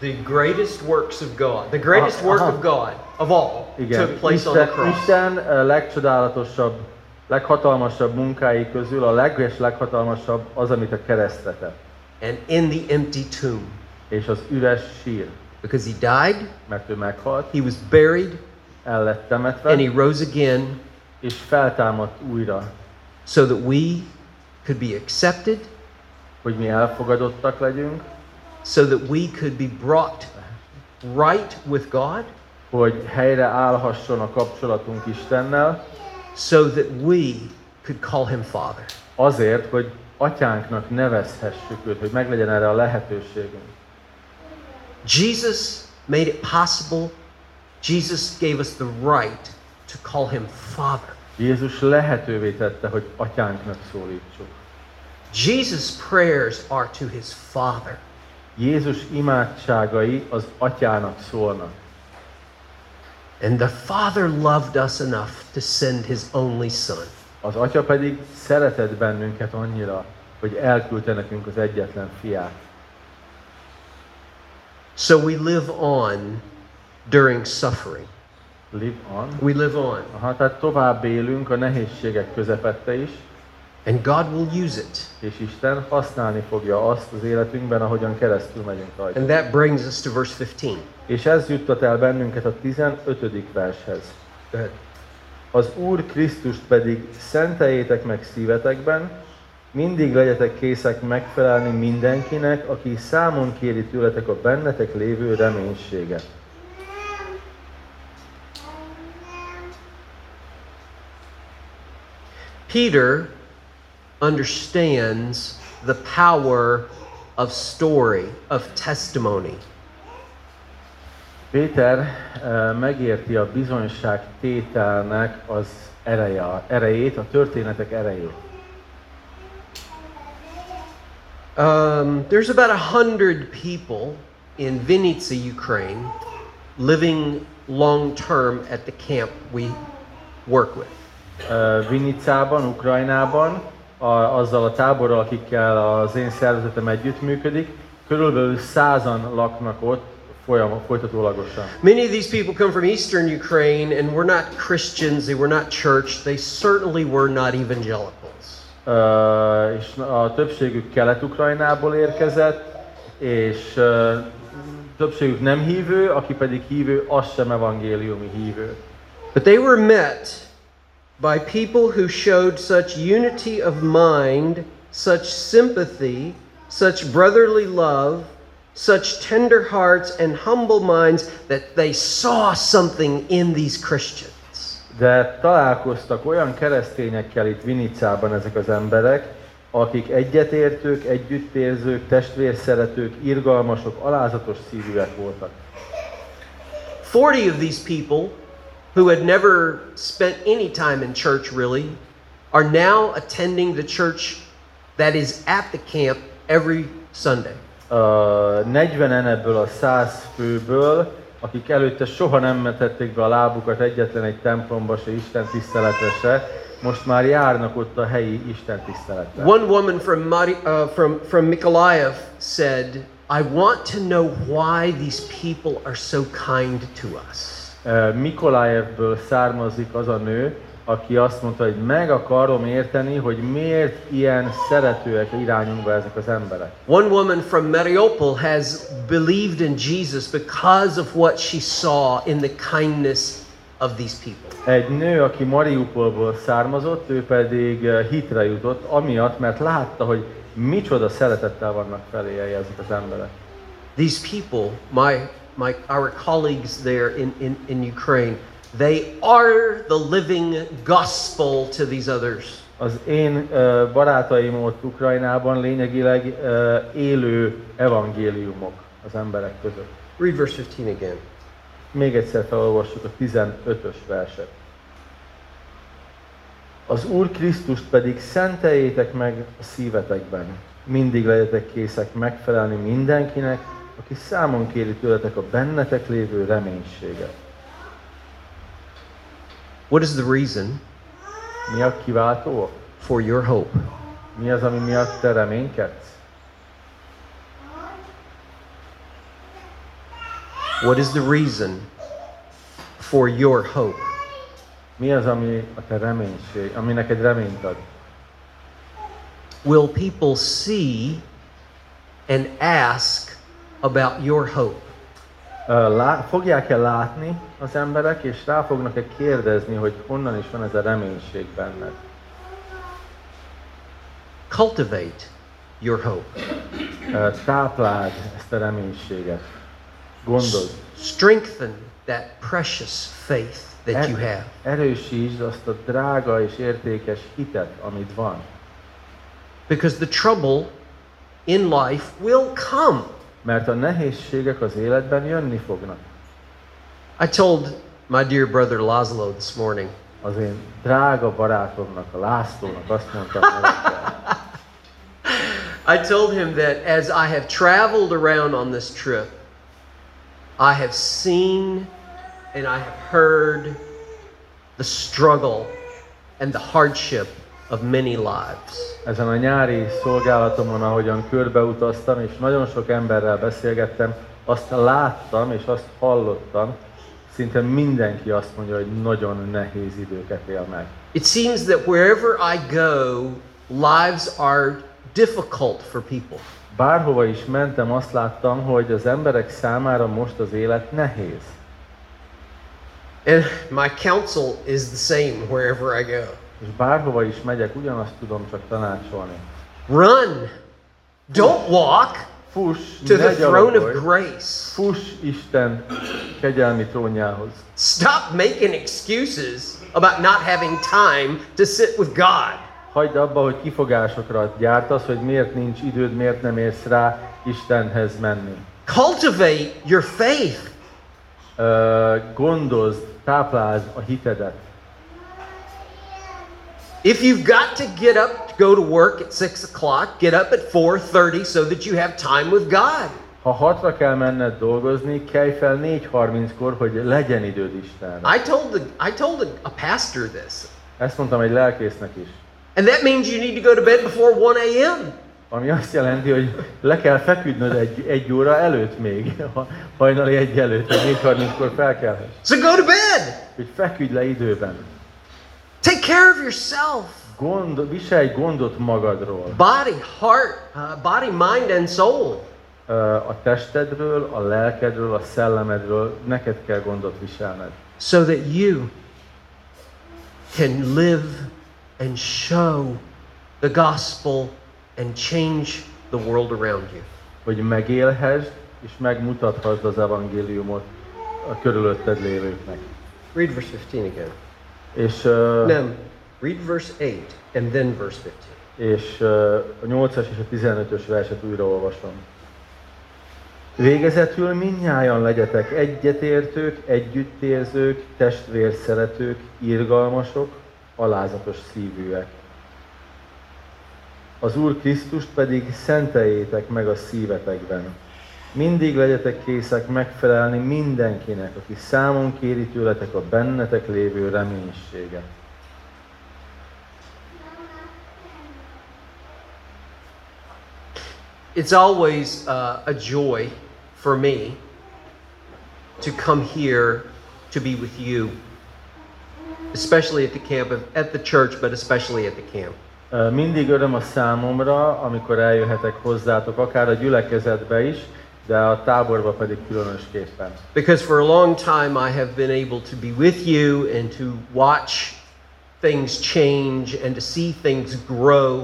S1: The greatest works of God, the greatest
S2: Uh,
S1: work
S2: uh-huh.
S1: of God of all
S2: Igen.
S1: took place on
S2: Isten,
S1: the cross.
S2: Isten ö, legcsodálatosabb, leghatalmasabb munkái közül a leg és leghatalmasabb az, amit a keresztre tett.
S1: And in the empty tomb.
S2: és az üres sír,
S1: Because he died,
S2: mert ő meghalt,
S1: he was buried,
S2: el lett
S1: and he
S2: temetve,
S1: rose again
S2: és feltámadt újra,
S1: so that we could be accepted,
S2: hogy mi elfogadottak legyünk,
S1: so that we could be brought right with God,
S2: hogy helyre állhasson a kapcsolatunk Istennel,
S1: so that we could call him Father.
S2: azért, hogy atyánknak nevezhessük őt, hogy meglegyen erre a lehetőségünk.
S1: Jesus made it possible. Jesus gave us the right to call him Father.
S2: Jézus lehetővé tette, hogy atyánknak szólítsuk.
S1: Jesus' prayers are to his Father.
S2: Jézus imádságai az atyának szólnak.
S1: And the Father loved us enough to send his only Son.
S2: Az atya pedig szeretett bennünket annyira, hogy elküldte nekünk az egyetlen fiát.
S1: So we live on during suffering.
S2: Live on.
S1: We live on.
S2: Aha, tehát tovább élünk a nehézségek közepette is,
S1: And God will use it.
S2: és Isten használni fogja azt az életünkben, ahogyan keresztül megyünk rajta.
S1: And that brings us to verse 15.
S2: És ez juttat el bennünket a 15. vershez.
S1: Go ahead.
S2: Az Úr Krisztust pedig szenteljétek meg szívetekben, mindig legyetek készek megfelelni mindenkinek, aki számon kéri tőletek a bennetek lévő reménységet.
S1: Peter understands the power of story, of testimony.
S2: Péter eh, megérti a bizonyság tételnek az ereje, erejét, a történetek erejét.
S1: Um, there's about a hundred people in Vinnytsia, Ukraine, living long term at the camp we work with.
S2: Eh, Vinicában, Ukrajnában, a, azzal a táborral, akikkel az én szervezetem együttműködik, körülbelül százan laknak ott folyam, folytatólagosan.
S1: Many of these people come from eastern Ukraine and were not Christians, they were not church, they certainly were not evangelicals.
S2: Ö, és a többségük Kelet-Ukrajnából érkezett, és ö, többségük nem hívő, aki pedig hívő, az sem evangéliumi hívő.
S1: But they were met by people who showed such unity of mind, such sympathy, such brotherly love, such tender hearts and humble minds that they saw something in these Christians.
S2: De találkoztak olyan keresztényekkel itt Vinicában ezek az emberek, akik egyetértők, együttérzők, testvérszeretők, irgalmasok, alázatos szívűek voltak.
S1: 40 of these people who had never spent any time in church really are now attending the church that is at the camp every Sunday.
S2: Ö, 40-en ebből a 100 főből, akik előtte soha nem tették be a lábukat egyetlen egy templomba se, Isten tiszteletre se, most már járnak ott a helyi Isten tiszteletre.
S1: One woman from Mari, uh, from from Mykolaiv said, "I want to know why these people are so kind to us."
S2: Ö, Mikolájevből származik az a nő, aki azt mondta, hogy meg akarom érteni, hogy miért ilyen szeretőek irányunkba ezek az emberek.
S1: One woman from Mariupol has believed in Jesus because of what she saw in the kindness of these people.
S2: Egy nő, aki Mariupolból származott, ő pedig ö, hitre jutott, amiatt, mert látta, hogy micsoda szeretettel vannak feléje ezek az emberek.
S1: These people, my my our colleagues there in in, in Ukraine, they are the living gospel to these others.
S2: Az én ö, barátaim ott Ukrajnában lényegileg ö, élő evangéliumok az emberek között.
S1: Read verse 15 again.
S2: Még egyszer felolvassuk a 15-ös verset. Az Úr Krisztust pedig szenteljétek meg a szívetekben. Mindig legyetek készek megfelelni mindenkinek, aki számon kéri tőletek a bennetek lévő reménységet.
S1: What is the reason
S2: Mi a kiváltó? ok?
S1: for your hope?
S2: Mi az, ami miatt te reménykedsz?
S1: What is the reason for your hope?
S2: Mi az, ami a te reménység, ami neked reményt ad?
S1: Will people see and ask about your hope?
S2: Ö, lá- Fogják-e látni az emberek, és rá fognak-e kérdezni, hogy honnan is van ez a reménység benned?
S1: Cultivate your hope.
S2: Ö, Tápláld ezt a reménységet. Gondold.
S1: Strengthen that precious faith that you have.
S2: E- erősítsd azt a drága és értékes hitet, amit van.
S1: Because the trouble in life will come.
S2: Mert a nehézségek az életben jönni fognak.
S1: I told my dear brother Laszlo this morning,
S2: Az én drága barátomnak, a Lászlónak azt mondtam, hogy
S1: I told him that as I have traveled around on this trip, I have seen and I have heard the struggle and the hardship of many lives.
S2: Ezen a nyári szolgálatomon, ahogyan körbeutaztam, és nagyon sok emberrel beszélgettem, azt láttam és azt hallottam, szinte mindenki azt mondja, hogy nagyon nehéz időket él meg.
S1: It seems that wherever I go, lives are difficult for people.
S2: Bárhova is mentem, azt láttam, hogy az emberek számára most az élet nehéz.
S1: And my counsel is the same wherever I go.
S2: És bárhova is megyek, ugyanazt tudom csak tanácsolni.
S1: Run. Don't walk
S2: Fuss,
S1: to
S2: ne
S1: the throne of
S2: gyalogolj!
S1: grace.
S2: Fuss Isten kegyelmi trónjához.
S1: Stop making excuses about not having time to sit with God.
S2: Hagyd abba, hogy kifogásokra gyártasz, hogy miért nincs időd, miért nem érsz rá Istenhez menni.
S1: Cultivate your faith.
S2: Ö, gondozd, táplázd a hitedet.
S1: If you've got to get up to go to work at six o'clock, get up at four thirty so that you have time with God.
S2: Ha hatra kell menned dolgozni, kelj fel 4.30-kor, hogy legyen időd Istenre.
S1: I told the I told a, a pastor this,
S2: Ezt mondtam egy lelkésznek is.
S1: and that means you need to go to bed before one a.m.
S2: Ami azt jelenti, hogy le kell feküdnöd egy, egy óra előtt még, ha- hajnali egy előtt, hogy 4.30-kor felkelhess.
S1: So go to bed.
S2: Hogy feküdj le időben.
S1: Take care of yourself,
S2: Gond, viselj gondot magadról,
S1: body, heart, uh, body, mind, and soul.
S2: Ö, a testedről, a lelkedről, a szellemedről, neked kell gondot viselned.
S1: so that you can live and show the gospel and change the world around you.
S2: Hogy megélhesd és megmutathasd az evangéliumot a körülötted lévőknek.
S1: Read verse 15 again.
S2: És, ö,
S1: No, read verse 8 and then verse 15.
S2: és ö, a 8-as és a 15-ös verset újraolvasom. Végezetül minnyájan legyetek egyetértők, együttérzők, testvérszeretők, irgalmasok, alázatos szívűek. Az Úr Krisztust pedig szenteljétek meg a szívetekben. Mindig legyetek készek megfelelni mindenkinek, aki számon kéri tőletek a bennetek lévő reménységet.
S1: It's always uh, a joy for me to come here to be with you, especially at the camp, of, at the church, but especially at the camp.
S2: Mindig öröm a számomra, amikor eljöhetek hozzátok, akár a gyülekezetbe is, de a táborba pedig különösképpen.
S1: because for a long time I have been able to be with you and to watch things change and to see things grow.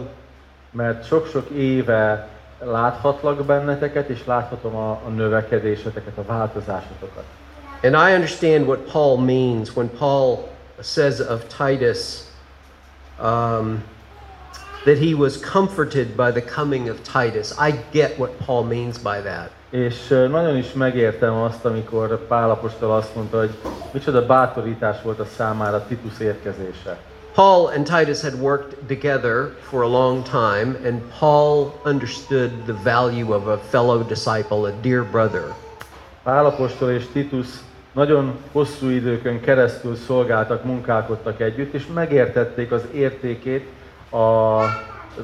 S2: Mert sok-sok éve láthatlak benneteket, és láthatom a, a növekedéseteket, a változásotokat.
S1: And I understand what Paul means when Paul says of Titus um, that he was comforted by the coming of Titus. I get what Paul means by that.
S2: És ö, nagyon is megértem azt, amikor Pál apostol azt mondta, hogy micsoda bátorítás volt a számára Titus érkezése.
S1: Paul and Titus had worked together for a long time, and Paul understood the value of a fellow disciple, a dear brother.
S2: Pálapostól és Titus nagyon hosszú időkön keresztül szolgáltak, munkálkodtak együtt, és megértették az értékét a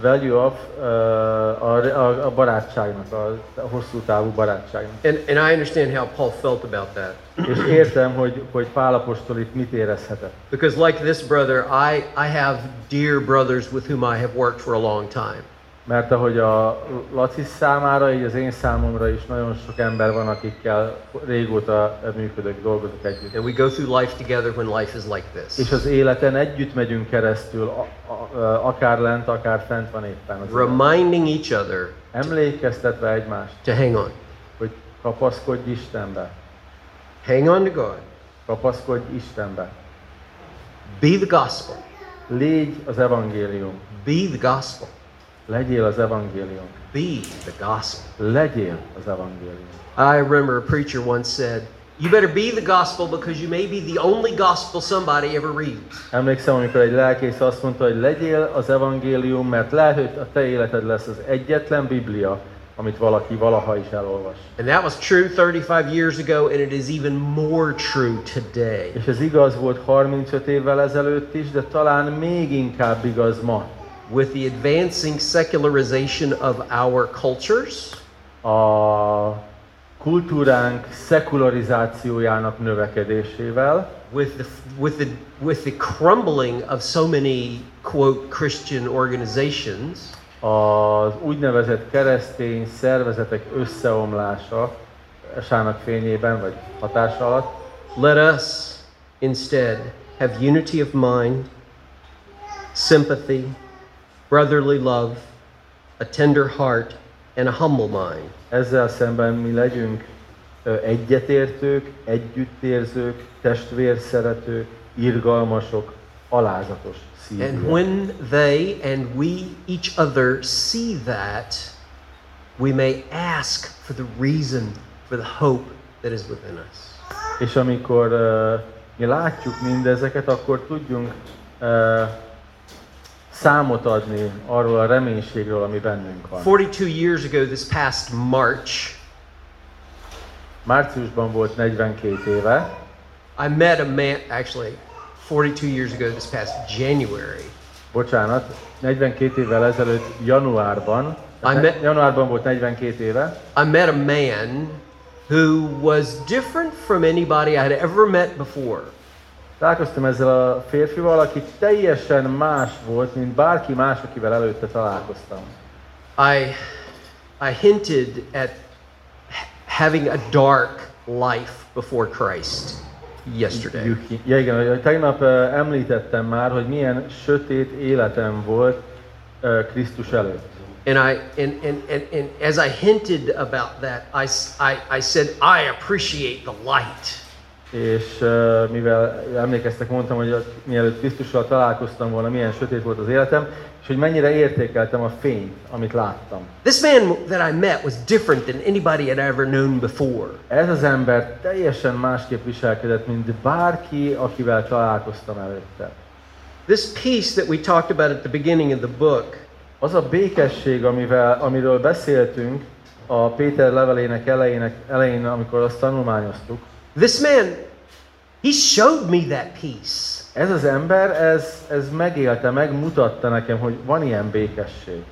S2: value of, ö, a, a, a barátságnak, a, a hosszú távú barátságnak.
S1: And, and I understand how Paul felt about that.
S2: És értem, hogy, hogy Pálapostól itt mit érezhetett.
S1: Because, like this brother, I, I have dear brothers with whom I have worked for a long time.
S2: Mert ahogy a Laci számára, így az én számomra is nagyon sok ember van, akikkel régóta működök, dolgozok együtt.
S1: And we go through life together when life is like
S2: És
S1: this.
S2: az életen együtt megyünk keresztül, a, a, a, akár lent, akár fent van éppen. Az élet.
S1: Reminding each other
S2: Emlékeztetve egymást,
S1: to hang on.
S2: hogy kapaszkodj Istenbe,
S1: Hang on to God.
S2: kapaszkodj Istenbe.
S1: Be the gospel.
S2: Légy az evangélium,
S1: Be the gospel.
S2: legyél az evangélium,
S1: Be the gospel.
S2: legyél az evangélium.
S1: I remember a preacher once said, You better be the gospel because you may be the only gospel somebody ever reads.
S2: Emlékszem, amikor egy lelkész azt mondta, hogy legyél az evangélium, mert lehet, hogy a te életed lesz az egyetlen Biblia, amit valaki valaha is elolvas.
S1: And that was true 35 years ago, and it is even more true today.
S2: És ez igaz volt 35 évvel ezelőtt is, de talán még inkább igaz ma.
S1: With the advancing secularization of our cultures,
S2: A kultúránk szekularizációjának növekedésével,
S1: with the with the with the crumbling of so many quote Christian organizations,
S2: az úgynevezett keresztény szervezetek összeomlása sának fényében, vagy hatása alatt,
S1: let us instead have unity of mind, sympathy, brotherly love, a tender heart, and a humble mind.
S2: Ezzel szemben mi legyünk ö, egyetértők, együttérzők, testvérszeretők, irgalmasok, alázatos
S1: And
S2: szívűek.
S1: when they and we each other see that, we may ask for the reason for the hope that is within us.
S2: És amikor ö, mi látjuk mindezeket, akkor tudjunk ö, számot adni arról a reménységről, ami bennünk van.
S1: 42 years ago, this past March,
S2: Márciusban volt 42 éve,
S1: I met a man, actually, 42 years ago, this past January.
S2: bocsánat, 42 évvel ezelőtt januárban,
S1: I met-
S2: januárban volt 42 éve,
S1: I met a man who was different from anybody I had ever met before.
S2: Találkoztam ezzel a férfival, aki teljesen más volt, mint bárki más, akivel előtte találkoztam.
S1: I, I hinted at h- having a dark life before Christ yesterday.
S2: Yuki. Ja igen, hogy tegnap ö, említettem már, hogy milyen sötét életem volt ö, Krisztus előtt.
S1: And I and, and, and, and as I hinted about that, I, s- I- I said, I appreciate the light.
S2: És ö, mivel emlékeztek, mondtam, hogy a- mielőtt Krisztussal találkoztam volna, milyen sötét volt az életem, és hogy mennyire értékeltem a fényt, amit láttam.
S1: This man that I met was different than anybody I'd ever known before.
S2: Ez az ember teljesen másképp viselkedett, mint bárki, akivel találkoztam előtte.
S1: This peace that we talked about at the beginning of the book
S2: Az a békesség, amivel, amiről beszéltünk a Péter levelének elejének, elején, amikor azt tanulmányoztuk,
S1: This man, he showed me that peace.
S2: ez az ember, ez, ez megélte, megmutatta nekem, hogy van ilyen békesség.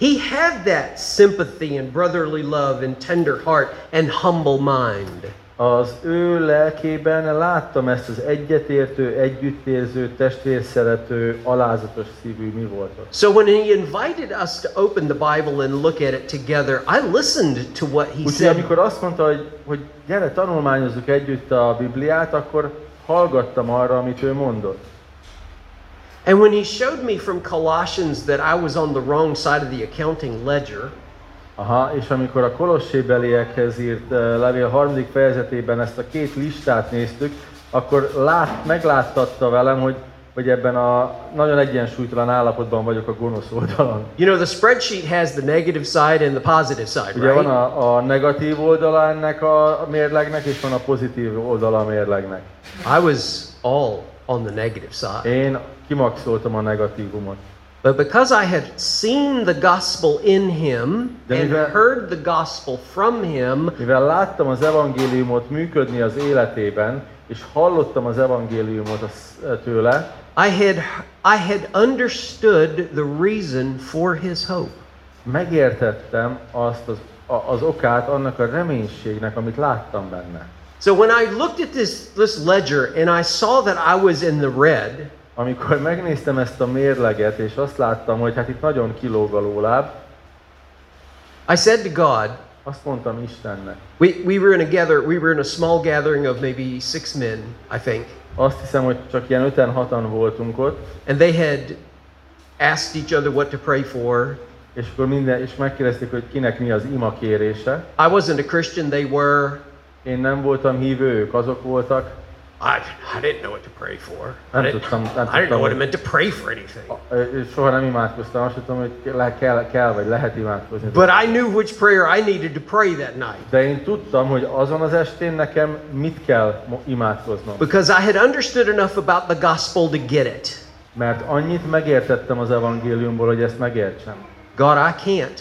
S1: He had that sympathy and brotherly love and tender heart and humble mind.
S2: Az ő lelkében láttam ezt az egyetértő, együttérző, testvérszerető, alázatos szívű mi volt ott.
S1: So when he invited us to open the Bible and look at it together, I listened to what he
S2: Úgyhogy
S1: said.
S2: amikor azt mondta, hogy, hogy gyere, tanulmányozzuk együtt a Bibliát, akkor hallgattam arra, amit ő mondott.
S1: And when he showed me from Colossians that I was on the wrong side of the accounting ledger,
S2: Aha, és amikor a Kolossébeliekhez írt eh, levél harmadik fejezetében ezt a két listát néztük, akkor lát, megláttatta velem, hogy, hogy ebben a nagyon egyensúlytalan állapotban vagyok a gonosz oldalon.
S1: you know, the spreadsheet has the negative side and the positive side,
S2: Ugye van
S1: right?
S2: a, a negatív oldala ennek a mérlegnek, és van a pozitív oldala a mérlegnek.
S1: I was all on the negative side.
S2: Én kimaxoltam a negatívumot.
S1: But because I had seen the gospel in him
S2: Then
S1: and
S2: you got-
S1: heard the gospel from him,
S2: Mivel láttam az evangéliumot működni az életében, és hallottam az evangéliumot a sz- tőle,
S1: I had I had understood the reason for his hope.
S2: megértettem azt az, a, az okát annak a reménységnek, amit láttam benne.
S1: So when I looked at this this ledger and I saw that I was in the red,
S2: Amikor megnéztem ezt a mérleget, és azt láttam, hogy hát itt nagyon kilóg a lóláb,
S1: I said to God,
S2: azt mondtam Istennek.
S1: we, we were in a gather we were in a small gathering of maybe six men, I think,
S2: Azt hiszem, hogy csak ilyen öten hatan voltunk ott,
S1: and they had asked each other what to pray for.
S2: és akkor minden, és megkérdezték, hogy kinek mi az ima kérése.
S1: I wasn't a Christian, they were.
S2: Én nem voltam hívő, ők azok voltak.
S1: I, I didn't know what to pray for. I
S2: Nem
S1: didn't,
S2: tudtam- nem
S1: I didn't know
S2: tudtam,
S1: what it
S2: hogy-
S1: meant to pray for anything.
S2: Ö, Soha nem imádkoztam, azt sem tudom, hogy le- kell, kell vagy lehet imádkozni.
S1: But I knew which prayer I needed to pray that night
S2: De én tudtam, hogy azon az estén nekem mit kell mo- imádkoznom.
S1: because I had understood enough about the gospel to get it.
S2: Mert annyit megértettem az evangéliumból, hogy ezt megértsem.
S1: God, I can't,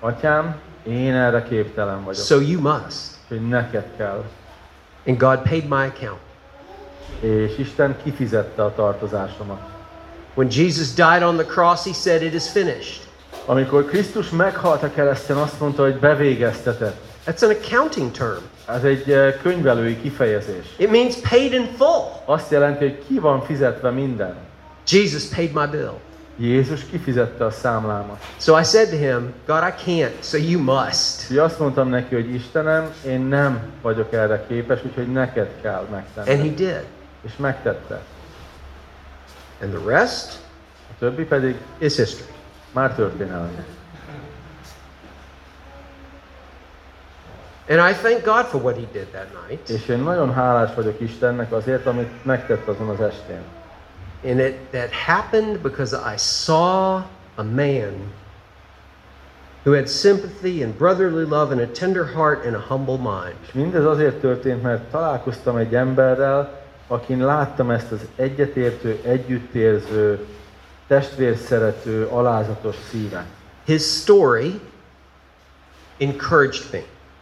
S2: Atyám, én erre képtelen vagyok,
S1: so you must.
S2: hogy neked kell.
S1: And God paid my account.
S2: És Isten kifizette a tartozásomat.
S1: When Jesus died on the cross, he said, It is finished.
S2: Amikor Krisztus meghalt a kereszten, azt mondta, hogy bevégeztetett.
S1: That's an accounting term.
S2: Ez egy eh, könyvelői kifejezés.
S1: It means paid in full.
S2: Azt jelenti, hogy ki van fizetve minden.
S1: Jesus paid my bill.
S2: Jézus kifizette a számlámat.
S1: So I said to him, God, I can't, so you must.
S2: Úgyhogy azt mondtam neki, hogy Istenem, én nem vagyok erre képes, úgyhogy neked kell
S1: And
S2: megtenni.
S1: he did.
S2: És megtette.
S1: And the rest
S2: A többi pedig
S1: is history.
S2: már történelmi.
S1: And I thank God for what he did that night.
S2: És én nagyon hálás vagyok Istennek azért, amit megtett azon az estén.
S1: And it that happened because I saw a man who had sympathy and brotherly love and a tender heart and a humble mind.
S2: És mindez azért történt, mert találkoztam egy emberrel, akin láttam ezt az egyetértő, együttérző, testvérszerető, alázatos szívet.
S1: His story encouraged me.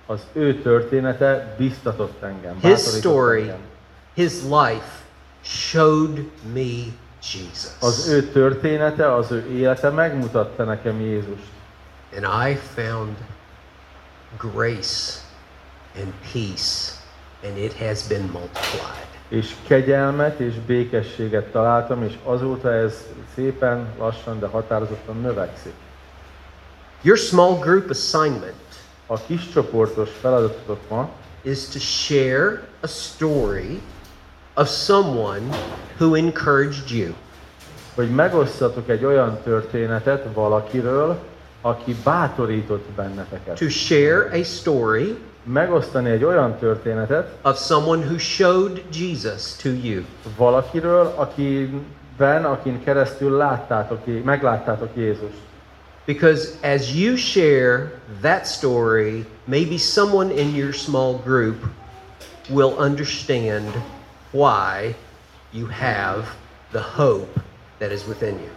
S2: Az ő története biztatott engem,
S1: His
S2: bátorított
S1: story,
S2: engem.
S1: his life showed me Jesus.
S2: Az ő története, az ő élete megmutatta nekem Jézust.
S1: And I found grace and peace, and it has been multiplied.
S2: És kegyelmet és békességet találtam, és azóta ez szépen, lassan, de határozottan növekszik.
S1: Your small group assignment
S2: A kis csoportos feladatotok ma
S1: is to share a story of someone who encouraged you.
S2: hogy megosszatok egy olyan történetet valakiről, aki bátorított benneteket.
S1: To share a story
S2: Megosztani egy olyan történetet
S1: of someone who showed Jesus to you.
S2: valakiről, akiben, akin keresztül láttátok, Jé- megláttátok Jézust.
S1: Because as you share that story, maybe someone in your small group will understand why you have the hope that is within you.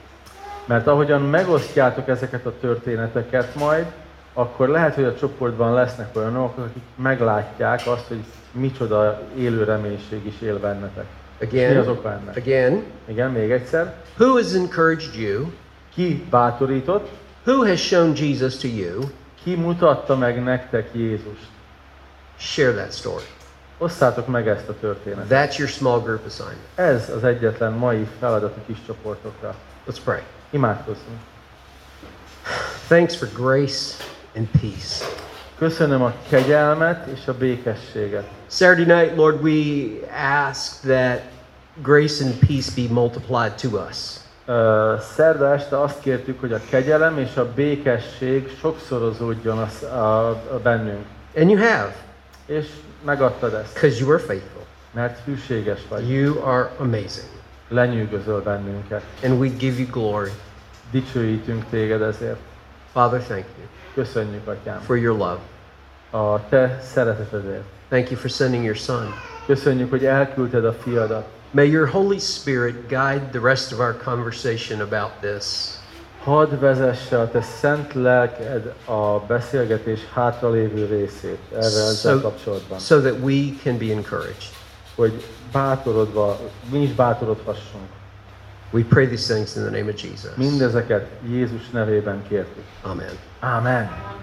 S2: Mert ahogyan megosztjátok ezeket a történeteket majd, akkor lehet, hogy a csoportban lesznek olyanok, akik meglátják azt, hogy micsoda élő reménység is él bennetek. És mi az
S1: Again,
S2: oka ennek?
S1: again,
S2: Igen, még egyszer.
S1: who has encouraged you?
S2: Ki bátorított,
S1: Who has shown Jesus to you?
S2: ki mutatta meg nektek Jézust?
S1: Share that story.
S2: Osszátok meg ezt a történetet.
S1: That's your small group assignment.
S2: Ez az egyetlen mai feladat a kis csoportokra.
S1: Let's pray.
S2: Imádkozzunk.
S1: Thanks for grace and peace.
S2: Köszönöm a kegyelmet és a békességet.
S1: Saturday night, Lord, we ask that grace and peace be multiplied to us.
S2: Ö, Szerda este azt kértük, hogy a kegyelem és a békesség sokszorozódjon az, a, a bennünk.
S1: And you have,
S2: És megadtad ezt,
S1: because you are faithful.
S2: mert hűséges vagy.
S1: You are amazing.
S2: Lenyűgözöl bennünket.
S1: And we give you glory.
S2: Dicsőítünk téged ezért.
S1: Father, thank you
S2: Köszönjük, atyám,
S1: for your love.
S2: a te szeretetedért.
S1: Thank you for sending your son.
S2: Köszönjük, hogy elküldted a fiadat.
S1: May your Holy Spirit guide the rest of our conversation about this.
S2: Hadd vezesse a te szent lelked a beszélgetés hátralévő részét erre ezzel
S1: So-
S2: kapcsolatban,
S1: so that we can be encouraged.
S2: hogy bátorodva, mi is bátorodhassunk.
S1: We pray these things in the name of Jesus. Oh,
S2: Mindezeket Jézus nevében kértük.
S1: Amen.
S2: Amen.